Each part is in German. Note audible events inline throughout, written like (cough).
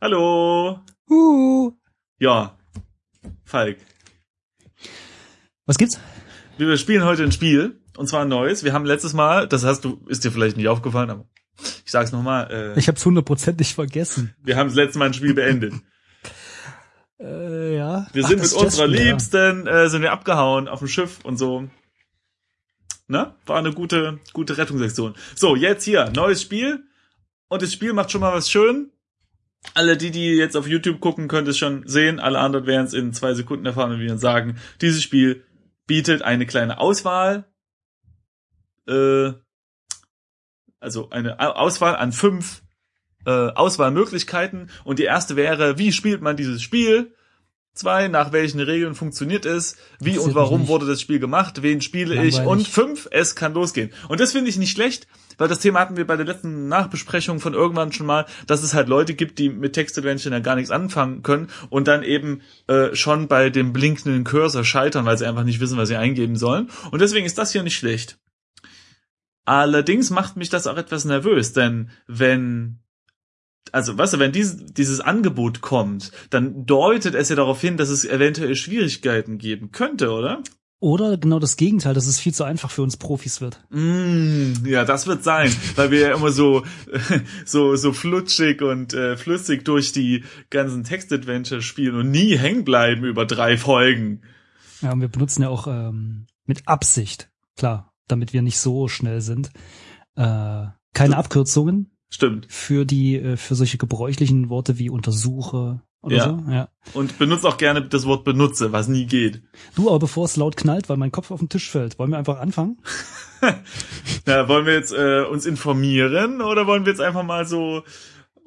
Hallo. Huhu. Ja, Falk. Was gibt's? Wir spielen heute ein Spiel, und zwar ein neues. Wir haben letztes Mal, das hast du, ist dir vielleicht nicht aufgefallen, aber ich sag's nochmal, äh, Ich hab's hundertprozentig vergessen. wir haben das letzte Mal ein Spiel beendet. Äh, ja. Wir Ach, sind das mit unserer Jessen, ja. Liebsten, äh, sind wir abgehauen auf dem Schiff und so. Ne? War eine gute, gute Rettungsaktion. So, jetzt hier, neues Spiel. Und das Spiel macht schon mal was schön. Alle die, die jetzt auf YouTube gucken, könnt es schon sehen. Alle anderen werden es in zwei Sekunden erfahren, wenn wir ihnen sagen, dieses Spiel bietet eine kleine Auswahl. Äh, also eine Au- Auswahl an fünf äh, Auswahlmöglichkeiten. Und die erste wäre, wie spielt man dieses Spiel? Zwei, nach welchen Regeln funktioniert es? Wie Interessiert und mich warum nicht. wurde das Spiel gemacht? Wen spiele ich? Und Langweilig. fünf, es kann losgehen. Und das finde ich nicht schlecht, weil das Thema hatten wir bei der letzten Nachbesprechung von irgendwann schon mal, dass es halt Leute gibt, die mit Text-Adventure ja gar nichts anfangen können und dann eben äh, schon bei dem blinkenden Cursor scheitern, weil sie einfach nicht wissen, was sie eingeben sollen. Und deswegen ist das hier nicht schlecht. Allerdings macht mich das auch etwas nervös, denn wenn also, weißt du, wenn dieses, dieses Angebot kommt, dann deutet es ja darauf hin, dass es eventuell Schwierigkeiten geben könnte, oder? Oder genau das Gegenteil, dass es viel zu einfach für uns Profis wird. Mm, ja, das wird sein, weil wir ja immer so, (laughs) so, so flutschig und äh, flüssig durch die ganzen Text-Adventure spielen und nie hängen bleiben über drei Folgen. Ja, und wir benutzen ja auch ähm, mit Absicht, klar, damit wir nicht so schnell sind. Äh, keine Abkürzungen Stimmt. für die, äh, für solche gebräuchlichen Worte wie untersuche oder Ja. so. Ja. Und benutzt auch gerne das Wort benutze, was nie geht. Du, aber bevor es laut knallt, weil mein Kopf auf den Tisch fällt, wollen wir einfach anfangen? Na, wollen wir jetzt äh, uns informieren oder wollen wir jetzt einfach mal so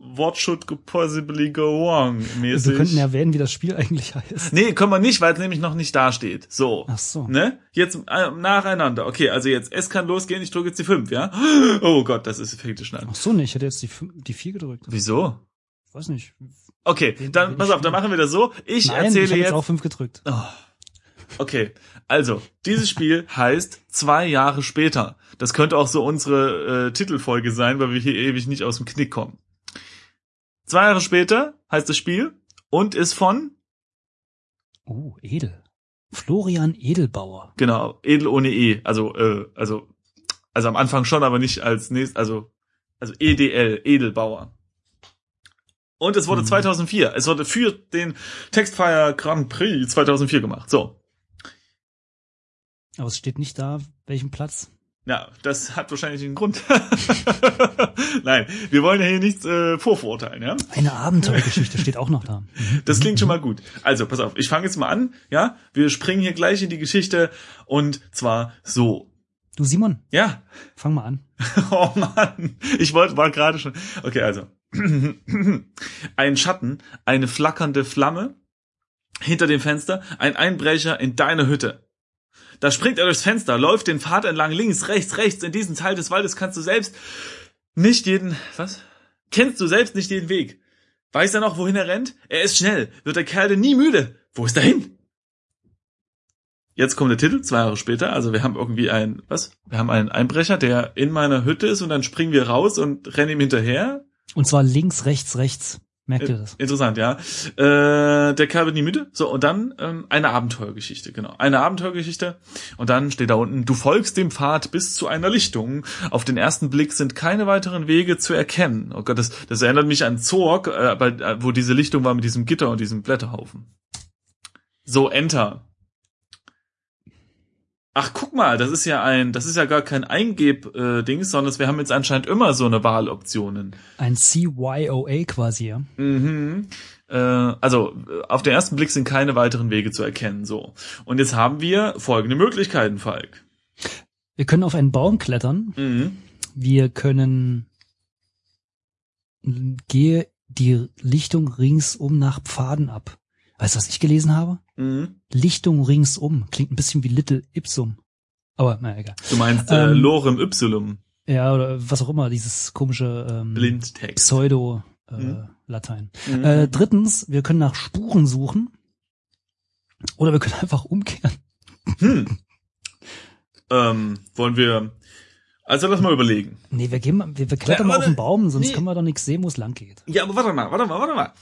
What should possibly go wrong mäßig? Wir könnten erwähnen, wie das Spiel (laughs) eigentlich heißt. Nee, können wir nicht, weil es nämlich noch nicht dasteht. So. Ach so. Ne? Jetzt äh, nacheinander. Okay, also jetzt es kann losgehen, ich drücke jetzt die 5, ja? Oh Gott, das ist fängt schnell. an. Ach so, nee, ich hätte jetzt die, fün- die vier gedrückt. Wieso? Ich weiß nicht. Okay, Wen- dann wen pass ich auf, dann will. machen wir das so. Ich Nein, erzähle ich habe jetzt. Oh. jetzt auch fünf gedrückt. Okay, also dieses Spiel heißt zwei Jahre später. Das könnte auch so unsere äh, Titelfolge sein, weil wir hier ewig nicht aus dem Knick kommen. Zwei Jahre später heißt das Spiel und ist von Oh, Edel. Florian Edelbauer. Genau, edel ohne E. Also, äh, also, also am Anfang schon, aber nicht als nächstes, also, also EDL, Edelbauer. Und es wurde Mhm. 2004, es wurde für den Textfire Grand Prix 2004 gemacht. So. Aber es steht nicht da, welchen Platz. Ja, das hat wahrscheinlich einen Grund. (laughs) Nein, wir wollen ja hier nichts äh, vorverurteilen, ja? (laughs) Eine Abenteuergeschichte steht auch noch da. Das klingt schon mal gut. Also, pass auf, ich fange jetzt mal an, ja? Wir springen hier gleich in die Geschichte und zwar so. Du Simon, Ja, fang mal an. (laughs) Oh Mann, ich wollte war gerade schon. Okay, also. (clears throat) Ein Schatten, eine flackernde Flamme hinter dem Fenster, ein Einbrecher in deine Hütte. Da springt er durchs Fenster, läuft den Pfad entlang, links, rechts, rechts, in diesen Teil des Waldes kannst du selbst nicht jeden, was? Kennst du selbst nicht den Weg? Weiß er noch, wohin er rennt? Er ist schnell, wird der Kerl denn nie müde? Wo ist er hin? Jetzt kommt der Titel, zwei Jahre später. Also wir haben irgendwie einen, was? Wir haben einen Einbrecher, der in meiner Hütte ist und dann springen wir raus und rennen ihm hinterher. Und zwar links, rechts, rechts. Merkt ihr Äh, das? Interessant, ja. Äh, der Kerl wird nie müde. So, und dann ähm, eine Abenteuergeschichte, genau. Eine Abenteuergeschichte. Und dann steht da unten, du folgst dem Pfad bis zu einer Lichtung. Auf den ersten Blick sind keine weiteren Wege zu erkennen. Oh Gott, das, das erinnert mich an Zorg, äh, bei, äh, wo diese Lichtung war mit diesem Gitter und diesem Blätterhaufen. So, Enter. Ach, guck mal, das ist ja ein, das ist ja gar kein Eingeb-Dings, sondern wir haben jetzt anscheinend immer so eine Wahloptionen. Ein CYOA quasi, ja. Mhm. Äh, also äh, auf den ersten Blick sind keine weiteren Wege zu erkennen. So. Und jetzt haben wir folgende Möglichkeiten, Falk. Wir können auf einen Baum klettern. Mhm. Wir können gehe die Lichtung ringsum nach Pfaden ab. Weißt du, was ich gelesen habe? Mhm. Lichtung ringsum. Klingt ein bisschen wie Little Ipsum. Aber na egal. Du meinst äh, Ähm. Lorem Ypsilum, Ja, oder was auch immer, dieses komische ähm, Blindtext. Mhm. Pseudo-Latein. Mhm. Äh, drittens, wir können nach Spuren suchen. Oder wir (laughs) können einfach umkehren. Hm. Ähm, wollen Hm. wir Also lass mal überlegen. Nee, wir, gehen, mal- wir, wir klettern Ja, mal auf warte. den Baum, sonst Nee. können wir doch nichts sehen, wo es lang geht. Ja, aber warte mal, warte mal, warte mal.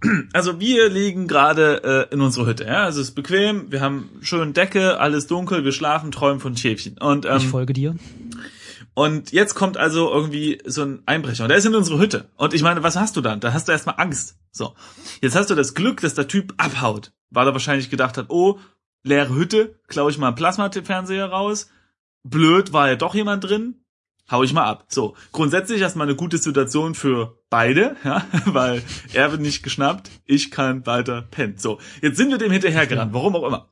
(clears throat) Also wir liegen gerade äh, in unserer Hütte, ja. Also es ist bequem, wir haben schöne Decke, alles dunkel, wir schlafen, träumen von Schäfchen. Und, Ich ähm, folge dir. und jetzt kommt also irgendwie so ein Einbrecher. Und der ist in unsere Hütte. Und ich meine, was hast du dann? Da hast du erstmal Angst. So. Jetzt hast du das Glück, dass der Typ abhaut. Weil er wahrscheinlich gedacht hat, oh, leere Hütte, klaue ich mal einen Plasma-Fernseher raus. Blöd, war ja doch jemand drin. Hau ich mal ab. So. Grundsätzlich erstmal eine gute Situation für beide, (laughs) ja, weil er wird nicht geschnappt, ich kann weiter pennen. So. Jetzt sind wir dem hinterhergerannt, warum auch immer.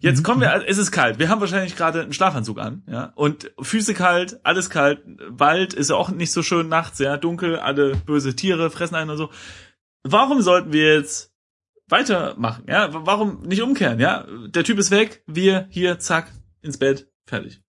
Jetzt kommen wir, es ist kalt. Wir haben wahrscheinlich gerade einen Schlafanzug an, ja. Und Füße kalt, alles kalt. Wald ist ja auch nicht so schön nachts, ja. Dunkel, alle böse Tiere fressen einen und so. Warum sollten wir jetzt weitermachen, ja? Warum nicht umkehren, ja? Der Typ ist weg, wir hier, zack, ins Bett, fertig.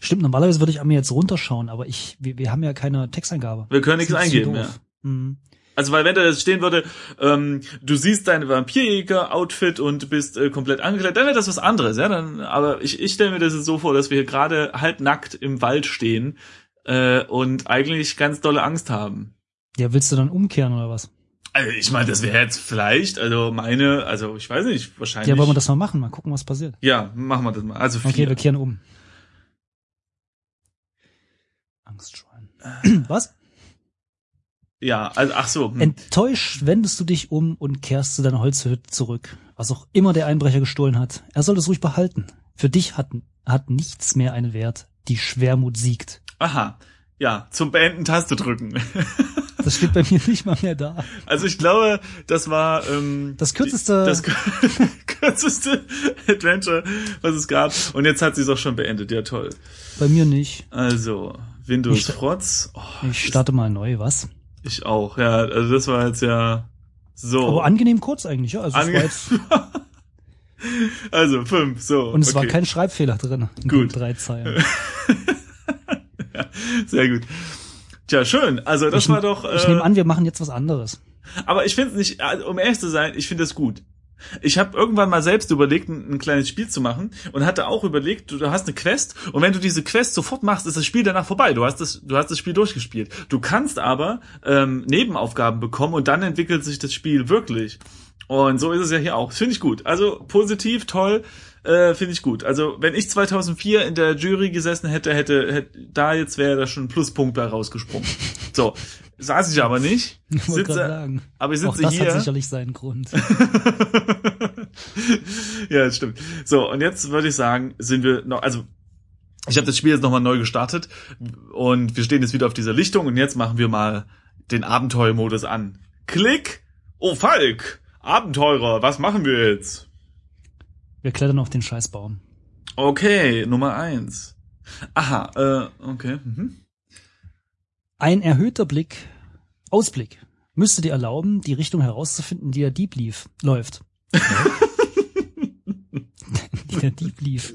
Stimmt, normalerweise würde ich an mir jetzt runterschauen, aber ich, wir, wir haben ja keine Texteingabe. Wir können Das nichts ist ein eingeben, bisschen ja. doof. Mhm. Also, weil wenn da jetzt stehen würde, ähm, du siehst dein Vampirjäger-Outfit und bist äh, komplett angekleidet, dann wäre das was anderes, ja. Dann, aber ich, ich stelle mir das jetzt so vor, dass wir hier gerade halbnackt im Wald stehen äh, und eigentlich ganz dolle Angst haben. Ja, willst du dann umkehren oder was? Also ich meine, das wäre jetzt vielleicht, also meine, also ich weiß nicht, wahrscheinlich. Ja, wollen wir das mal machen, mal gucken, was passiert. Ja, machen wir das mal. Also vier. Okay, wir kehren um. Angstschwein. Äh. (clears throat) Was? ja, also ach so. hm. Enttäuscht wendest du dich um und kehrst zu deiner Holzhütte zurück. Was auch immer der Einbrecher gestohlen hat, er soll es ruhig behalten. Für dich hat, hat nichts mehr einen Wert. Die Schwermut siegt. Aha. Ja, zum Beenden Taste drücken. (laughs) Das steht bei mir (laughs) nicht mal mehr da. Also ich glaube, das war ähm, Das kürzeste- das (laughs) kür- kürzeste Adventure, was es gab. Und jetzt hat sie es auch schon beendet. Ja toll. Bei mir nicht. Also Windows Ich- Frotz. Oh, Ich starte mal neu, was? ich auch. Ja, also das war jetzt ja so. Aber angenehm kurz eigentlich, ja. Also es Oh. Ange- war jetzt, also fünf. So. und es war (laughs) okay. kein Schreibfehler drin. in den Gut. Drei Zeilen. Sehr gut. Tja, schön. Also (laughs) das ich, war doch. ich nehme an, wir machen jetzt was anderes. (laughs) Aber ich finde es nicht, also, um ehrlich zu sein, ich finde es gut. Ich habe irgendwann mal selbst überlegt, ein, ein kleines Spiel zu machen und hatte auch überlegt, du, du hast eine Quest und wenn du diese Quest sofort machst, ist das Spiel danach vorbei. Du hast das, du hast das Spiel durchgespielt. Du kannst aber ähm, Nebenaufgaben bekommen und dann entwickelt sich das Spiel wirklich. Und so ist es ja hier auch. Finde ich gut. Also positiv, toll, äh, finde ich gut. Also wenn ich 2004 in der Jury gesessen hätte, hätte, hätte da jetzt wäre da schon ein Pluspunkt bei rausgesprungen. So, saß ich aber nicht. (laughs) Ich wollte gerade Sitze, sagen. aber ich Auch sitze das hier. hat sicherlich (laughs) seinen Grund. ja, das stimmt. So, und jetzt würde ich sagen, sind wir noch, also ich habe das Spiel jetzt nochmal neu gestartet und wir stehen jetzt wieder auf dieser Lichtung und jetzt machen wir mal den Abenteuermodus an. Klick! Oh, Falk! Abenteurer, was machen wir jetzt? Wir klettern auf den Scheißbaum. Okay, Nummer eins. Aha, äh, okay. Mhm. Ein erhöhter Blick, Ausblick, müsste dir erlauben, die Richtung herauszufinden, die der Dieb lief, läuft. (laughs) die der Dieb lief.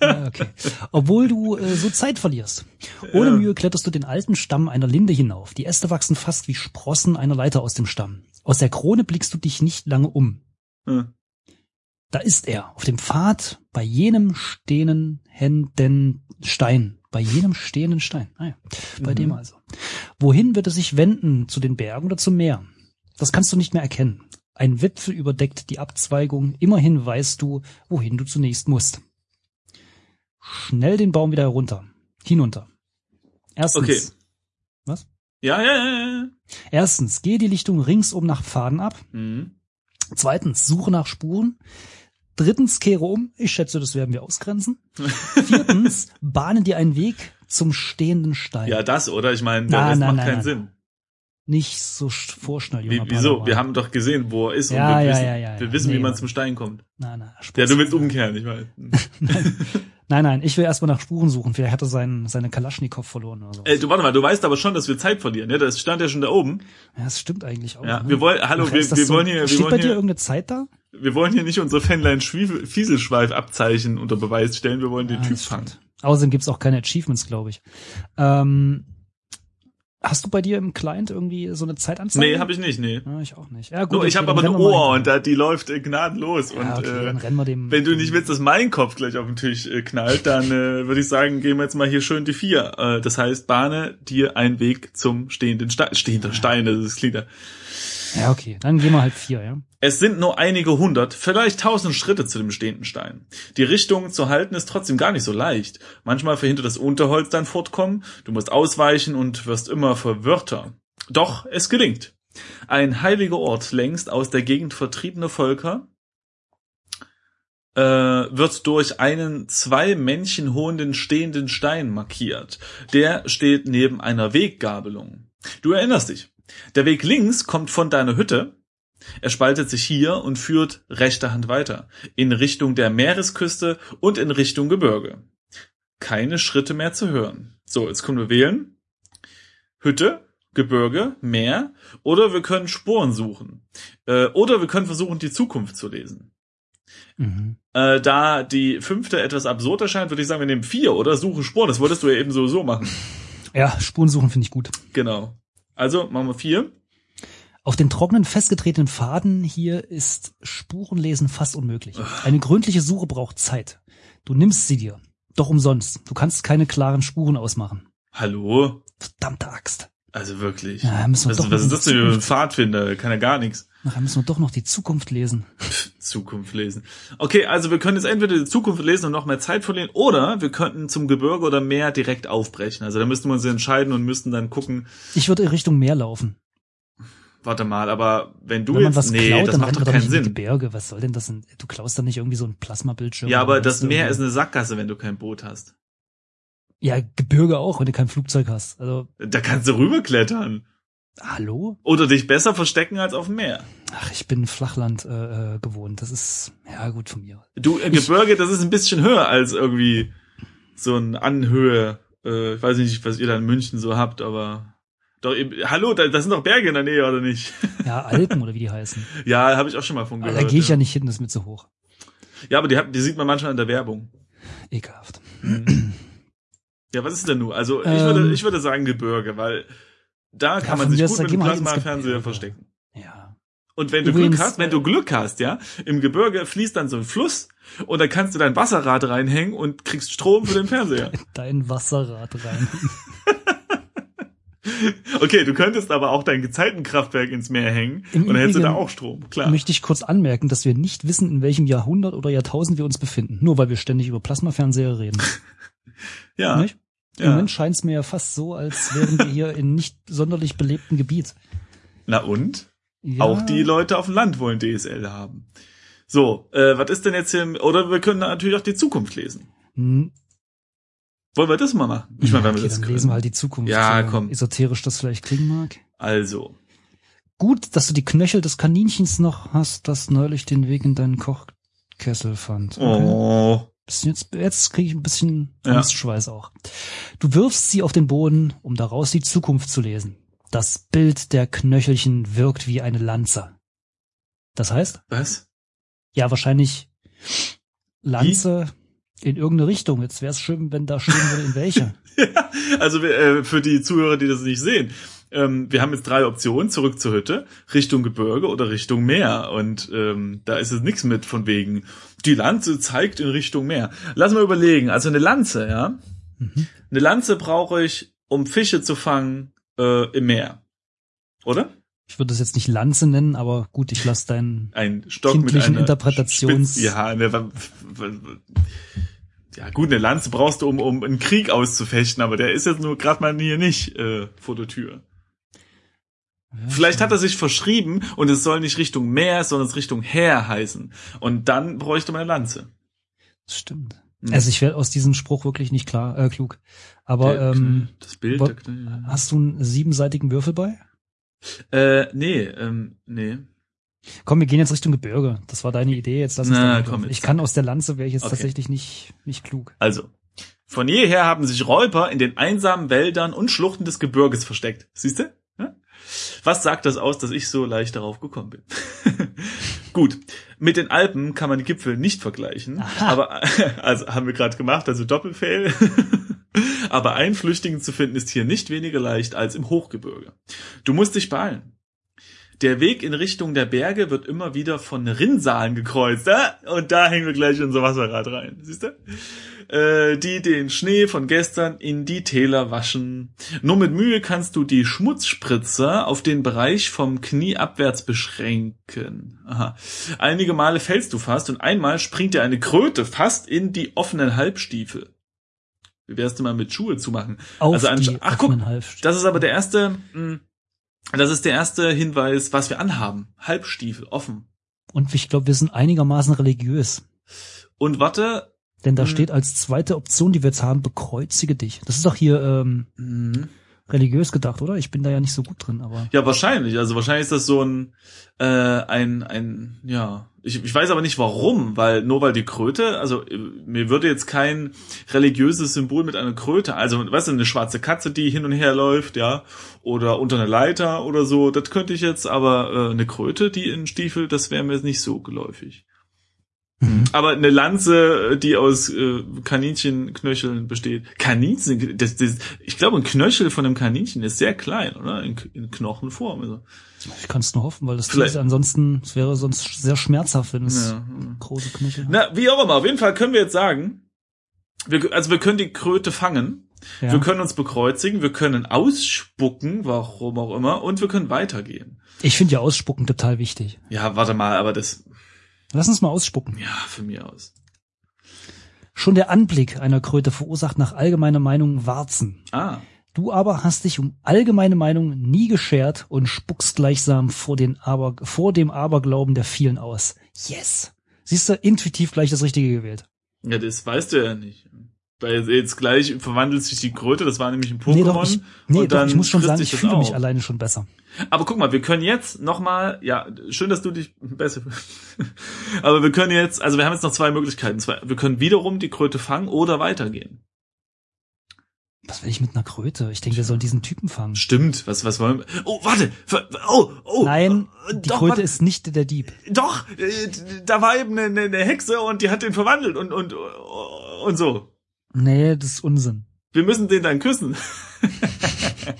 Ja, okay. Obwohl du äh, so Zeit verlierst. Ohne Ja. Mühe kletterst du den alten Stamm einer Linde hinauf. Die Äste wachsen fast wie Sprossen einer Leiter aus dem Stamm. Aus der Krone blickst du dich nicht lange um. Äh, Da ist er, auf dem Pfad, bei jenem stehenden Händen Stein. Bei jenem stehenden Stein. Ah ja, bei Mhm. dem also. Wohin wird er sich wenden? Zu den Bergen oder zum Meer? Das kannst du nicht mehr erkennen. Ein Wipfel überdeckt die Abzweigung. Immerhin weißt du, wohin du zunächst musst. Schnell den Baum wieder herunter. Hinunter. Erstens. Okay. Ja, ja, ja, ja. Erstens, gehe die Lichtung ringsum nach Pfaden ab. Mhm. Zweitens, suche nach Spuren. Drittens, kehre um. Ich schätze, das werden (laughs) wir ausgrenzen. Viertens, bahne dir einen Weg zum stehenden Stein. Ja, das, oder? Ich meine, der Nein, Rest nein, macht nein, keinen nein. Sinn. Nicht so sch- vorschnell, Wie, junger wieso? Padawan. Wir haben doch gesehen, wo er ist und Ja, wir ja, wissen, ja, ja, ja. wir wissen wie Nee, man aber- zum Stein kommt. Nein, nein, Ja, Spaß. du willst um- umkehren, ich weiß. (laughs) Nein, nein, ich will erstmal nach Spuren suchen. Vielleicht hat er seinen, seine Kalaschnikow verloren oder so. Ey, Äh, du warte mal, du weißt aber schon, dass wir Zeit verlieren, ne? Das stand ja schon da oben. ja, das stimmt eigentlich auch. Ja, ne? wir wollen, hallo, Ach, wir, ist das wir so- wollen hier, wir Steht bei wollen dir hier, irgendeine Zeit da? wir wollen hier nicht unser Fähnlein Schwiefel- Fieselschweif-Abzeichen unter Beweis stellen, wir wollen den Ja, Typ Ah, das fangen. stimmt. Außerdem gibt's auch keine Achievements, glaube ich. Ähm, Hast du bei dir im Client irgendwie so eine Zeitanzeige? Nee, habe ich nicht, nee. Ja, ich auch nicht. Ja, gut, Nur, ich okay, habe aber dann eine rennen wir mal- Uhr und da, die läuft äh, gnadenlos. Ja, und okay, äh, dann rennen wir dem. wenn du nicht willst, dass mein Kopf gleich auf den Tisch äh, knallt, dann äh, würde ich sagen, gehen wir jetzt mal hier schön die vier. Äh, das heißt, bahne dir einen Weg zum stehenden Stein. Stehender Stein, das ist Lieder. Ja, okay, dann gehen wir halt vier, ja. Es sind nur einige hundert, vielleicht tausend Schritte zu dem stehenden Stein. Die Richtung zu halten ist trotzdem gar nicht so leicht. Manchmal verhindert das Unterholz dein Fortkommen, du musst ausweichen und wirst immer verwirrter. Doch es gelingt. Ein heiliger Ort, längst aus der Gegend vertriebene Völker, äh, wird durch einen zwei Männchen hohenden stehenden Stein markiert. Der steht neben einer Weggabelung. Du erinnerst dich. Der Weg links kommt von deiner Hütte, er spaltet sich hier und führt rechter Hand weiter, in Richtung der Meeresküste und in Richtung Gebirge. Keine Schritte mehr zu hören. So, jetzt können wir wählen. Hütte, Gebirge, Meer oder wir können Spuren suchen. Äh, oder wir können versuchen, die Zukunft zu lesen. Mhm. Äh, da die fünfte etwas absurd erscheint, würde ich sagen, wir nehmen vier oder suche Spuren. Das wolltest du ja eben sowieso (laughs) machen. Ja, Spuren suchen finde ich gut. Genau. Also machen wir vier. Auf den trockenen, festgetretenen Faden hier ist Spurenlesen fast unmöglich. Eine gründliche Suche braucht Zeit. Du nimmst sie dir. Doch umsonst. Du kannst keine klaren Spuren ausmachen. Hallo? Verdammte Axt. Also wirklich. Ja, müssen wir was, doch was ist das denn für ein Zukunft, Pfadfinder? Kann ja gar nichts. nachher müssen wir doch noch die Zukunft lesen. Zukunft lesen. Okay, also wir können jetzt entweder die Zukunft lesen und noch mehr Zeit verlieren, oder wir könnten zum Gebirge oder Meer direkt aufbrechen. Also da müssten wir uns entscheiden und müssten dann gucken, Ich würde in Richtung Meer laufen. warte mal, aber wenn du Wenn man jetzt, was nee, klaut, das dann macht rennt doch man doch nicht keinen in die Sinn. Gebirge. Was soll denn das? Denn? Du klaust dann nicht irgendwie so einen Plasmabildschirm. Ja, aber oder das sonst Meer ist irgendwie- eine Sackgasse, wenn du kein Boot hast. Ja, Gebirge auch, wenn du kein Flugzeug hast. Also, Da kannst du rüberklettern. hallo? Oder dich besser verstecken als auf dem Meer. Ach, ich bin Flachland äh, äh, gewohnt. Das ist, ja gut von mir. Du, äh, Ich- Gebirge, das ist ein bisschen höher als irgendwie so ein Anhöhe. Äh, ich weiß nicht, was ihr da in München so habt, aber. Doch, ihr- hallo, da, das sind doch Berge in der Nähe, oder nicht? Ja, Alpen oder wie die heißen. Ja, habe ich auch schon mal von Aber gehört. Ah, da gehe ich ja. ja nicht hin, das ist mir zu hoch. ja, aber die, hat- die sieht man manchmal in der (clears throat) Werbung. Ekelhaft. Ja, was ist denn nun? Also ich, Ähm. würde, ich würde sagen Gebirge, weil da kann von man sich mir aus, gut da mit gehen dem wir halt ins Plasmafernseher Gebirge. verstecken. Ja. Und wenn du Übrigens, Glück hast, wenn äh, du Glück hast, ja, im Gebirge fließt dann so ein Fluss und da kannst du dein Wasserrad reinhängen und kriegst Strom für den (laughs) Fernseher. Dein (laughs) Wasserrad rein. Okay, du könntest aber auch dein Gezeitenkraftwerk ins Meer hängen Im und dann hättest du da Übrigen auch Strom, klar. Möchte ich kurz anmerken, dass wir nicht wissen, in welchem Jahrhundert oder Jahrtausend wir uns befinden. Nur weil wir ständig über Plasmafernseher reden. (laughs) ja, Nicht? Im Ja. Moment scheint es mir ja fast so, als wären wir hier in nicht sonderlich belebtem Gebiet. na und? Ja, Auch die Leute auf dem Land wollen DSL haben. So, äh, was ist denn jetzt hier? im- Oder wir können natürlich auch die Zukunft lesen. Hm, Wollen wir das mal machen? Ich meine, wenn wir okay, das dann können. lesen wir halt die Zukunft. Ja, so komm. Esoterisch das vielleicht klingen mag. Also, Gut, dass du die Knöchel des Kaninchens noch hast, das neulich den Weg in deinen Kochkessel fand. oh, Bisschen Jetzt, jetzt kriege ich ein bisschen Ja. Angstschweiß auch. Du wirfst sie auf den Boden, um daraus die Zukunft zu lesen. Das Bild der Knöchelchen wirkt wie eine Lanze. Das heißt? was? Ja, wahrscheinlich Lanze in irgendeine Richtung. Jetzt wäre es schön, wenn da stehen würde, (laughs) in welche. Also wir, äh, für die Zuhörer, die das nicht sehen, ähm, wir haben jetzt drei Optionen: zurück zur Hütte, Richtung Gebirge oder Richtung Meer. Und ähm, da ist es nichts mit von wegen. Die Lanze zeigt in Richtung Meer. Lass mal überlegen. Also eine Lanze, ja, Mhm. eine Lanze brauche ich, um Fische zu fangen äh, im Meer, oder? Ich würde das jetzt nicht Lanze nennen, aber gut, ich lasse deinen. ein Stock mit Kindlichen einer Interpretations- Spitz- ja, ne, wa- wa- wa- ja, gut, eine Lanze brauchst du, um, um einen Krieg auszufechten, aber der ist jetzt nur gerade mal hier nicht äh, vor der Tür. Vielleicht hat er sich verschrieben und es soll nicht Richtung Meer, sondern es Richtung Heer heißen. Und dann bräuchte man eine Lanze. Das stimmt. Mhm. Also ich werde aus diesem Spruch wirklich nicht klar, äh, klug. Aber Der ähm, Knall, das Bild, wa- der Knall, hast du einen siebenseitigen Würfel bei? ja. Äh, nee, ähm, nee. Komm, wir gehen jetzt Richtung Gebirge. Das war deine Idee. Jetzt lass uns Na, damit komm laufen. jetzt. Ich kann aus der Lanze wäre ich jetzt Okay. tatsächlich nicht nicht klug. Also, von jeher haben sich Räuber in den einsamen Wäldern und Schluchten des Gebirges versteckt. Siehst du? Ja? Was sagt das aus, dass ich so leicht darauf gekommen bin? (laughs) Gut, mit den Alpen kann man die (laughs) Gipfel nicht vergleichen, aber also haben wir gerade gemacht, also Doppelfail. (laughs) aber einen Flüchtigen zu finden ist hier nicht weniger leicht als im Hochgebirge. Du musst dich beeilen. Der Weg in Richtung der Berge wird immer wieder von Rinnsalen gekreuzt. Äh? Und da hängen wir gleich unser Wasserrad rein. Siehst du? Äh, die den Schnee von gestern in die Täler waschen. Nur mit Mühe kannst du die Schmutzspritzer auf den Bereich vom Knie abwärts beschränken. Aha. Einige Male fällst du fast und einmal springt dir eine Kröte fast in die offenen Halbstiefel. Wie wär's denn mal mit Schuhe zu machen? Auf Also anst- die Ach, guck, offenen Halfst- Das ist aber der erste, mh, das ist der erste Hinweis, was wir anhaben. Halbstiefel, offen. Und ich glaube, wir sind einigermaßen religiös. Und warte, Denn da Mhm. steht als zweite Option, die wir jetzt haben, bekreuzige dich. Das ist doch hier ähm, mh, religiös gedacht, oder? Ich bin da ja nicht so gut drin, aber ja wahrscheinlich, also wahrscheinlich ist das so ein, äh, ein, ein, ja, ich, ich weiß aber nicht warum, weil nur weil die Kröte, also äh, mir würde jetzt kein religiöses Symbol mit einer Kröte, also weißt du, eine schwarze Katze, die hin und her läuft, ja, oder unter einer Leiter oder so, das könnte ich jetzt, aber äh, eine Kröte, die in Stiefel, das wäre mir jetzt nicht so geläufig. Mhm. Aber eine Lanze, die aus äh, Kaninchenknöcheln besteht. Kaninchen, das, das, ich glaube, ein Knöchel von einem Kaninchen ist sehr klein, oder? In, in Knochenform. Also, ich kann es nur hoffen, weil das Ding Vielleicht- ist ansonsten, es wäre sonst sehr schmerzhaft, wenn es ja. große Knöchel hat. Na, wie auch immer, auf jeden Fall können wir jetzt sagen, wir, also wir können die Kröte fangen, ja. wir können uns bekreuzigen, wir können ausspucken, warum auch immer, und wir können weitergehen. Ich finde ja Ausspucken total wichtig. Ja, warte mal, aber das, Lass uns mal ausspucken. ja, für mich aus. Schon der Anblick einer Kröte verursacht nach allgemeiner Meinung Warzen. Ah, Du aber hast dich um allgemeine Meinung nie geschert und spuckst gleichsam vor, den aber, vor dem Aberglauben der vielen aus. Yes! Siehst du, intuitiv gleich das Richtige gewählt. ja, das weißt du ja nicht. Weil jetzt gleich verwandelt sich die Kröte, das war nämlich ein Pokémon. nee, doch, ich, nee, und doch, dann ich muss schon frisst sagen, dich ich das fühle mich auf. alleine schon besser. Aber guck mal, wir können jetzt nochmal, ja, schön, dass du dich besser (laughs) Aber wir können jetzt, also wir haben jetzt noch zwei Möglichkeiten. Zwei, wir können wiederum die Kröte fangen oder weitergehen. Was will ich mit einer Kröte? Ich denke, wir sollen diesen Typen fangen. Stimmt, was, was wollen wir? Oh, warte! ver- Oh, oh! Nein, äh, die doch, Kröte warte, ist nicht der Dieb. Doch! äh, Da war eben eine, eine Hexe und die hat den verwandelt und, und, und so. Nee, das ist Unsinn. Wir müssen den dann küssen. Lass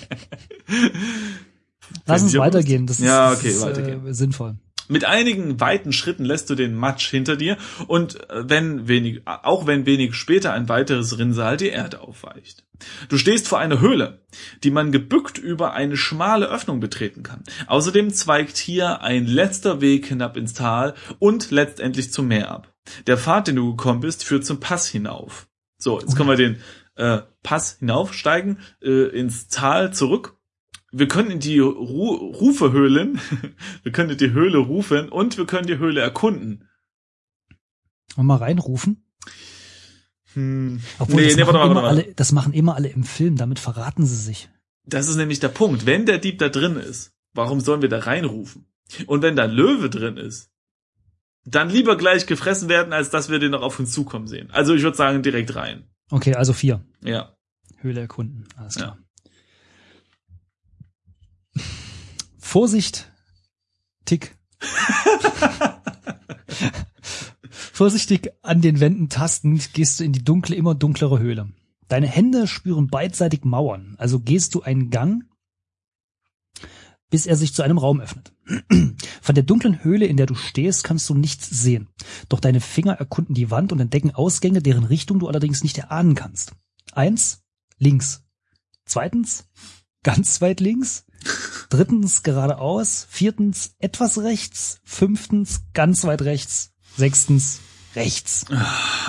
Wenn uns ihr- weitergehen. Das ist, Ja, okay, das ist äh, weitergehen. sinnvoll. Mit einigen weiten Schritten lässt du den Matsch hinter dir und äh, wenn wenig, auch wenn wenig später ein weiteres Rinnsal die Erde aufweicht. Du stehst vor einer Höhle, die man gebückt über eine schmale Öffnung betreten kann. Außerdem zweigt hier ein letzter Weg hinab ins Tal und letztendlich zum Meer ab. Der Pfad, den du gekommen bist, führt zum Pass hinauf. So, jetzt können wir den äh, Pass hinaufsteigen, äh, ins Tal zurück. Wir können in die Ru Rufe höhlen, wir können in die Höhle rufen und wir können die Höhle erkunden. Wollen wir mal reinrufen? Hm. Obwohl, Nee, das, nee, machen warte mal, warte immer mal. alle, das machen immer alle im Film, damit verraten sie sich. Das ist nämlich der Punkt. Wenn der Dieb da drin ist, warum sollen wir da reinrufen? Und wenn da ein Löwe drin ist, dann lieber gleich gefressen werden, als dass wir den noch auf uns zukommen sehen. Also ich würde sagen, direkt rein. Okay, also vier. Ja. Höhle erkunden. Alles Ja. klar. Vorsicht, Tick. Vorsichtig an den Wänden tastend gehst du in die dunkle, immer dunklere Höhle. Deine Hände spüren beidseitig Mauern, also gehst du einen Gang, bis er sich zu einem Raum öffnet. Von der dunklen Höhle, in der du stehst, kannst du nichts sehen. Doch deine Finger erkunden die Wand und entdecken Ausgänge, deren Richtung du allerdings nicht erahnen kannst. Eins, links. Zweitens, ganz weit links. Drittens, geradeaus. Viertens, etwas rechts. Fünftens, ganz weit rechts. Sechstens, rechts.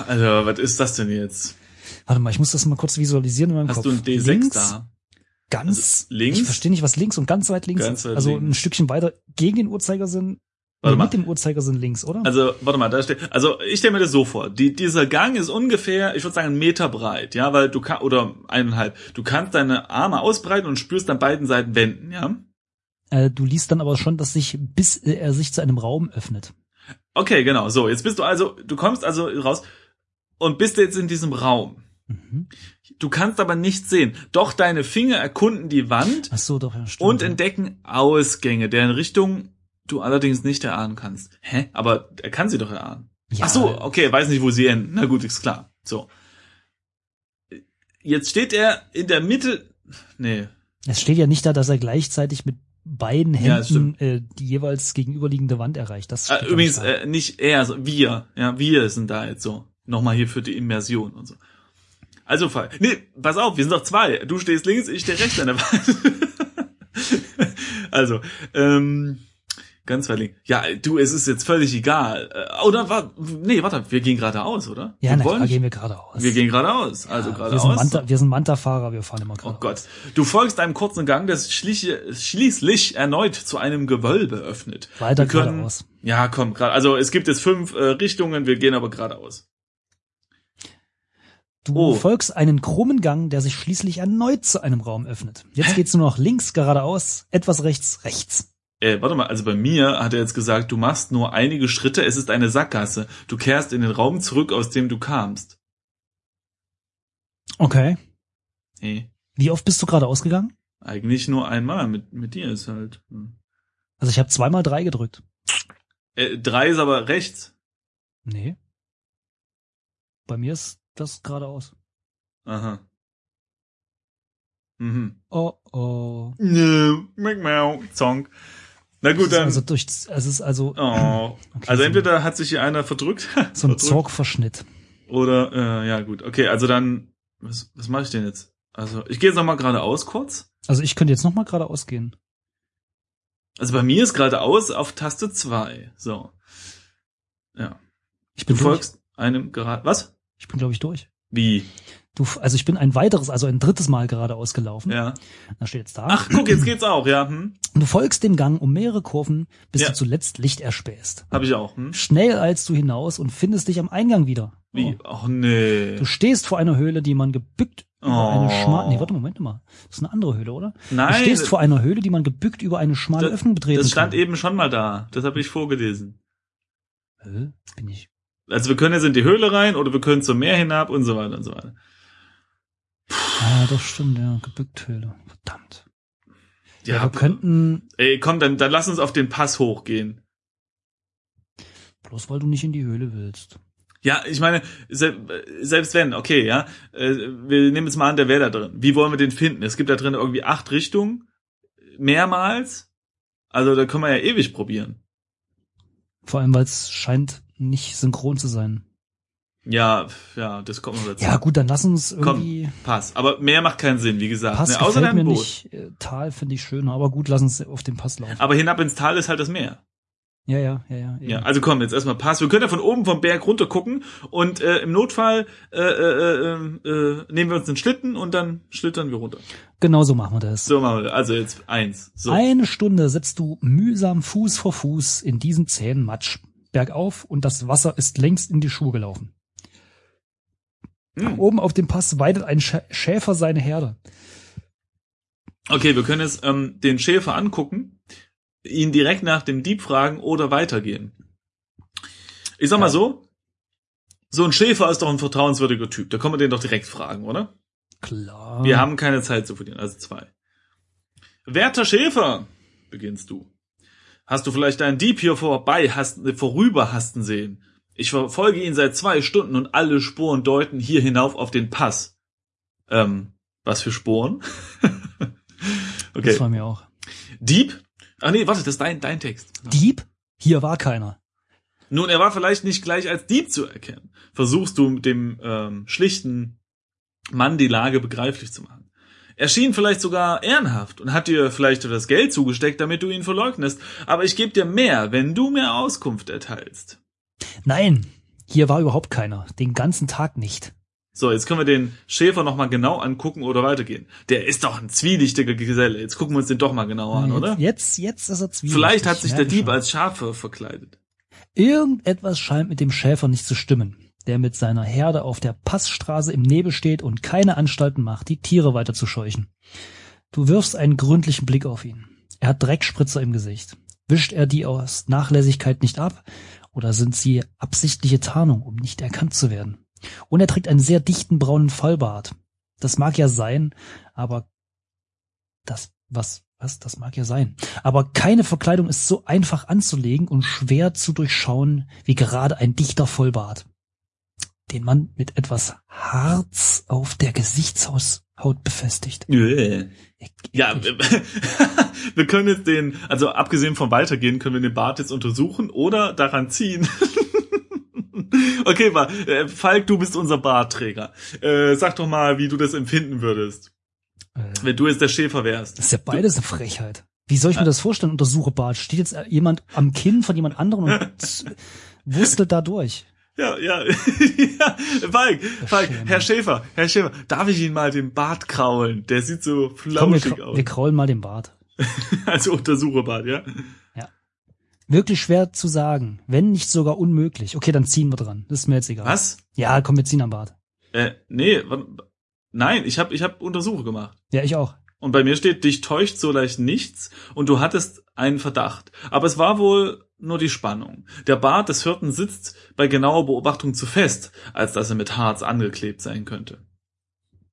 Also, was ist das denn jetzt? Warte mal, ich muss das mal kurz visualisieren in meinem Hast Kopf. du ein D6 links, da? Also Ganz links? Ich verstehe nicht, was links und ganz weit links Ganz ist. weit Also links. ein Stückchen weiter gegen den Uhrzeigersinn. Warte nee, mal. mit dem Uhrzeigersinn links, oder? Also, warte mal, da steht, also ich stelle mir das so vor. Die, dieser Gang ist ungefähr, ich würde sagen, einen Meter breit, ja, weil du kann, oder eineinhalb. Du kannst deine Arme ausbreiten und spürst an beiden Seiten Wänden, ja? äh, du liest dann aber schon, dass sich, bis äh, er sich zu einem Raum öffnet. Okay, genau. So, jetzt bist du also, du kommst also raus und bist jetzt in diesem Raum. Mhm. Du kannst aber nichts sehen. Doch deine Finger erkunden die Wand Ach so, doch, ja, stimmt. und entdecken Ausgänge, deren Richtung du allerdings nicht erahnen kannst. Hä? Aber er kann sie doch erahnen. ja, Ach so, okay, weiß nicht, wo sie enden. Na gut, ist klar. So. Jetzt steht er in der Mitte. Nee. Es steht ja nicht da, dass er gleichzeitig mit beiden Ja, das Händen äh, die jeweils gegenüberliegende Wand erreicht. Das steht Äh, da übrigens, nicht da. äh, nicht er, so wir. Ja, wir sind da jetzt so. Nochmal hier für die Immersion und so. Also, Fall. Nee, pass auf, wir sind doch zwei. Du stehst links, ich stehe rechts an der Wand. (laughs) also, ähm, ganz weit links. Ja, du, es ist jetzt völlig egal. Äh, Oder, wa- nee, warte, wir gehen geradeaus, oder? ja, wir na klar, nicht- gehen wir geradeaus. Wir gehen geradeaus. Also Ja, wir, geradeaus. sind Manta, wir sind Manta-Fahrer, wir fahren immer Oh geradeaus. Gott. Du folgst einem kurzen Gang, der sich schliche- schließlich erneut zu einem Gewölbe öffnet. Weiter Wir können- geradeaus. Ja, komm, gerade. Also es gibt jetzt fünf äh, Richtungen, wir gehen aber geradeaus. Du Oh. folgst einen krummen Gang, der sich schließlich erneut zu einem Raum öffnet. Jetzt geht's nur noch links, geradeaus, etwas rechts, rechts. Äh, warte mal, also bei mir hat er jetzt gesagt, du machst nur einige Schritte, es ist eine Sackgasse. Du kehrst in den Raum zurück, aus dem du kamst. Okay. Nee, Wie oft bist du geradeaus gegangen? eigentlich nur einmal. Mit, mit dir ist halt. hm. Also ich habe zweimal drei gedrückt. Äh, drei ist aber rechts. Nee. Bei mir ist das geradeaus. Aha. Mhm. Oh oh. Nö, miau, miau, Zonk. Na Es gut, ist dann. Also durch, es ist also Oh. Okay, Also so- entweder hat sich hier einer verdrückt. (laughs) so ein verdrückt, Zorgverschnitt. Oder, äh, ja gut. Okay, also dann, was, was mache ich denn jetzt? Also, ich gehe jetzt nochmal geradeaus kurz. Also ich könnte jetzt nochmal geradeaus gehen. Also bei mir ist geradeaus auf Taste 2. So. Ja. Ich Du bin durch. folgst einem gerade. Was? Ich bin, glaube ich, durch. Wie? Du, f- also ich bin ein weiteres, also ein drittes Mal geradeaus gelaufen. Ja. Da steht jetzt da. Ach, guck, jetzt geht's auch, ja. Hm? Und du folgst dem Gang um mehrere Kurven, bis Ja. du zuletzt Licht erspähst. Hab ich auch. Hm? Schnell eilst du hinaus und findest dich am Eingang wieder. Wie? Oh. Ach nee. Du stehst vor einer Höhle, die man gebückt über Oh. eine schmale. Nee, warte, Moment mal. Das ist eine andere Höhle, oder? Du Nein. stehst vor einer Höhle, die man gebückt über eine schmale Das- Öffnung betreten das stand kann. eben schon mal da. Das habe ich vorgelesen. eben. Äh, bin ich. Also wir können jetzt in die Höhle rein oder wir können zum Meer hinab und so weiter und so weiter. Ah, doch stimmt, ja, gebückt Höhle. Verdammt. Ja, Ja, wir könnten, ey, komm, dann, dann lass uns auf den Pass hochgehen. bloß weil du nicht in die Höhle willst. Ja, ich meine, se selbst wenn, okay, ja, äh, wir nehmen jetzt mal an, der wäre da drin. Wie wollen wir den finden? Es gibt da drin irgendwie acht Richtungen, mehrmals. Also da können wir ja ewig probieren. Vor allem, weil es scheint nicht synchron zu sein. Ja, pf, ja, das kommt noch dazu. Ja, gut, dann lass uns Komm, irgendwie. Pass. Aber mehr macht keinen Sinn, wie gesagt. Pass ne? Außer gefällt dann mir Boot. nicht. äh, Tal finde ich schöner, aber gut, lass uns auf den Pass laufen. Aber hinab ins Tal ist halt das Meer. Ja, ja, ja, ja. eben. Ja, also komm, jetzt erstmal Pass. Wir können ja von oben vom Berg runter gucken und äh, im Notfall äh, äh, äh, äh, nehmen wir uns einen Schlitten und dann schlittern wir runter. Genau so machen wir das. So machen wir, also jetzt eins. So. Eine Stunde setzt du mühsam Fuß vor Fuß in diesem zähen Matsch bergauf und das Wasser ist längst in die Schuhe gelaufen. Hm. Oben auf dem Pass weidet ein Schä- Schäfer seine Herde. Okay, wir können jetzt ähm, den Schäfer angucken, ihn direkt nach dem Dieb fragen oder weitergehen. Ich sag mal Ja. so, so ein Schäfer ist doch ein vertrauenswürdiger Typ. Da kann man den doch direkt fragen, oder? Klar. Wir haben keine Zeit zu verlieren, also zwei. Werter Schäfer, beginnst du. Hast du vielleicht einen Dieb hier vorbei, hast, vorüber hasten sehen? Ich verfolge ihn seit zwei Stunden und alle Spuren deuten hier hinauf auf den Pass. Ähm, was für Spuren? (laughs) okay. Das war mir auch. Dieb? Ach Ah, nee, warte, das ist dein, dein Text. Dieb? Hier war keiner. Nun, er war vielleicht nicht gleich als Dieb zu erkennen. Versuchst du mit dem ähm, schlichten Mann die Lage begreiflich zu machen. Er schien vielleicht sogar ehrenhaft und hat dir vielleicht das Geld zugesteckt, damit du ihn verleugnest. Aber ich gebe dir mehr, wenn du mir Auskunft erteilst. Nein, hier war überhaupt keiner. Den ganzen Tag nicht. So, jetzt können wir den Schäfer nochmal genau angucken oder weitergehen. Der ist doch ein zwielichtiger Geselle. Jetzt gucken wir uns den doch mal genauer an, jetzt, oder? Jetzt, jetzt ist er zwielichtig. Vielleicht hat sich ich der merke Dieb schon. als Schafe verkleidet. Irgendetwas scheint mit dem Schäfer nicht zu stimmen, der mit seiner Herde auf der Passstraße im Nebel steht und keine Anstalten macht, die Tiere weiter zu scheuchen. Du wirfst einen gründlichen Blick auf ihn. Er hat Dreckspritzer im Gesicht. Wischt er die aus Nachlässigkeit nicht ab? Oder sind sie absichtliche Tarnung, um nicht erkannt zu werden? Und er trägt einen sehr dichten braunen Vollbart. Das mag ja sein, aber das, was, was, das mag ja sein. Aber keine Verkleidung ist so einfach anzulegen und schwer zu durchschauen wie gerade ein dichter Vollbart. den man mit etwas Harz auf der Gesichtshaut befestigt. Äh. Eck- Ja, (laughs) eklig. wir können jetzt den, also abgesehen vom Weitergehen, können wir den Bart jetzt untersuchen oder daran ziehen. (laughs) okay, mal, äh, Falk, du bist unser Bartträger. Äh, sag doch mal, wie du das empfinden würdest, Äh, wenn du jetzt der Schäfer wärst. Das ist ja beides eine Frechheit. Wie soll ich mir das vorstellen, untersuche Bart? Steht jetzt jemand am Kinn von jemand (laughs) anderem und z- wurstelt da durch? Ja, ja, (laughs) ja. Falk, Falk, Schämer. Herr Schäfer, Herr Schäfer, darf ich Ihnen mal den Bart kraulen? Der sieht so Komm, wir, flauschig kra- aus. wir kraulen mal den Bart. (laughs) Also untersuche Bart, ja? Wirklich schwer zu sagen, wenn nicht sogar unmöglich. Okay, dann ziehen wir dran. Das ist mir jetzt egal. Was? Ja, komm, wir ziehen am Bart. Äh, nee, warte, nein, ich habe ich hab Untersuche gemacht. Ja, ich auch. Und bei mir steht, dich täuscht so leicht nichts und du hattest einen Verdacht. Aber es war wohl nur die Spannung. Der Bart des Hirten sitzt bei genauer Beobachtung zu fest, als dass er mit Harz angeklebt sein könnte.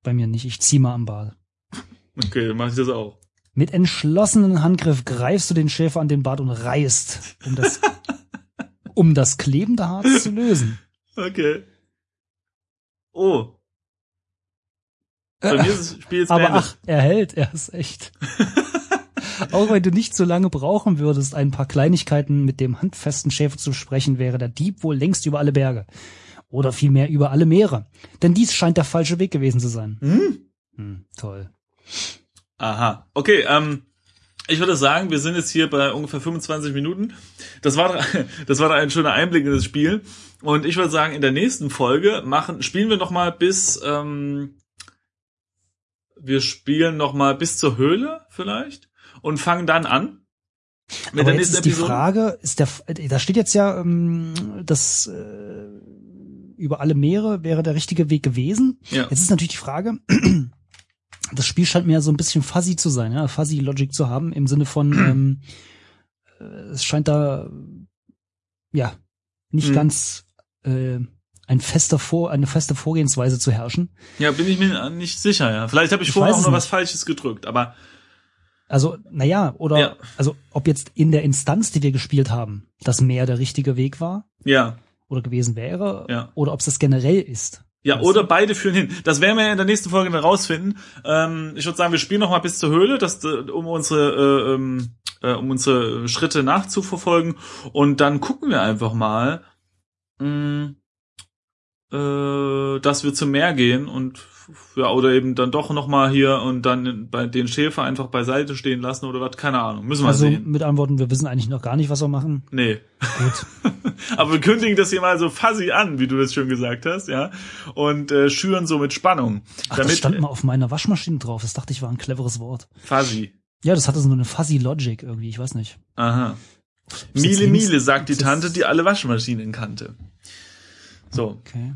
Bei mir nicht. Ich zieh mal am Bart. Okay, dann mache ich das auch. Mit entschlossenen Handgriff greifst du den Schäfer an den Bart und reißt, um das, um das klebende Harz zu lösen. Okay. Oh. Bei mir ist das Spiel jetzt Aber beendet. ach, er hält, er ist echt. Auch wenn du nicht so lange brauchen würdest, ein paar Kleinigkeiten mit dem handfesten Schäfer zu sprechen, wäre der Dieb wohl längst über alle Berge. Oder vielmehr über alle Meere. Denn dies scheint der falsche Weg gewesen zu sein. Hm? Hm, toll. Aha. Okay, ähm, ich würde sagen, wir sind jetzt hier bei ungefähr 25 Minuten. Das war, (laughs) das war ein schöner Einblick in das Spiel. Und ich würde sagen, in der nächsten Folge machen, spielen wir nochmal bis, ähm, wir spielen nochmal bis zur Höhle vielleicht und fangen dann an. Mit Aber der jetzt nächsten ist die Episode. Frage, ist der, da steht jetzt ja, ähm, das äh, über alle Meere wäre der richtige Weg gewesen. Ja. Jetzt ist natürlich die Frage, (clears throat) das Spiel scheint mir ja so ein bisschen fuzzy zu sein, ja, fuzzy Logic zu haben, im (clears throat) Sinne von, ähm, äh, es scheint da, äh, ja, nicht Mhm. ganz äh, ein fester Vor eine feste Vorgehensweise zu herrschen. ja, bin ich mir nicht sicher, ja. Vielleicht habe ich, Ich vorher weiß auch es noch was Falsches gedrückt, aber Also, naja, oder, Ja. also, ob jetzt in der Instanz, die wir gespielt haben, das mehr der richtige Weg war ja. oder gewesen wäre, Ja. oder ob es das generell ist. Ja, Weißt oder du? beide führen hin. Das werden wir ja in der nächsten Folge dann rausfinden. Ähm, ich würde sagen, wir spielen noch mal bis zur Höhle, dass, äh, um unsere äh, ähm, äh, um unsere Schritte nachzuverfolgen. Und dann gucken wir einfach mal, mh, äh, dass wir zum Meer gehen und ja, oder eben dann doch noch mal hier und dann bei den Schäfer einfach beiseite stehen lassen oder was, keine Ahnung. Müssen wir Also, sehen. mit Antworten, wir wissen eigentlich noch gar nicht, was wir machen. Nee. (laughs) Gut. Aber wir kündigen das hier mal so fuzzy an, wie du das schon gesagt hast, ja. Und äh, schüren so mit Spannung. Ach, das stand mal auf meiner Waschmaschine drauf. Das dachte ich war ein cleveres Wort. Fuzzy. Ja, das hatte so eine fuzzy Logic irgendwie, ich weiß nicht. Aha. jetzt Miele, links- Miele, sagt die ob's jetzt- Tante, die alle Waschmaschinen kannte. So, Okay.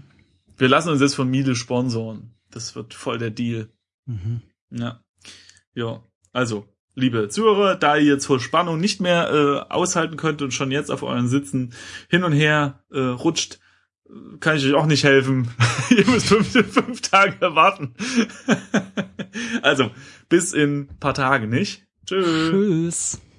wir lassen uns jetzt von Miele sponsoren. Das wird voll der Deal. Mhm. Ja. Ja. Also, liebe Zuhörer, da ihr jetzt vor Spannung nicht mehr äh, aushalten könnt und schon jetzt auf euren Sitzen hin und her äh, rutscht, äh, kann ich euch auch nicht helfen. (laughs) ihr müsst fünf, fünf Tage warten. (laughs) also, bis in paar Tagen, nicht? Tschüss. Tschüss.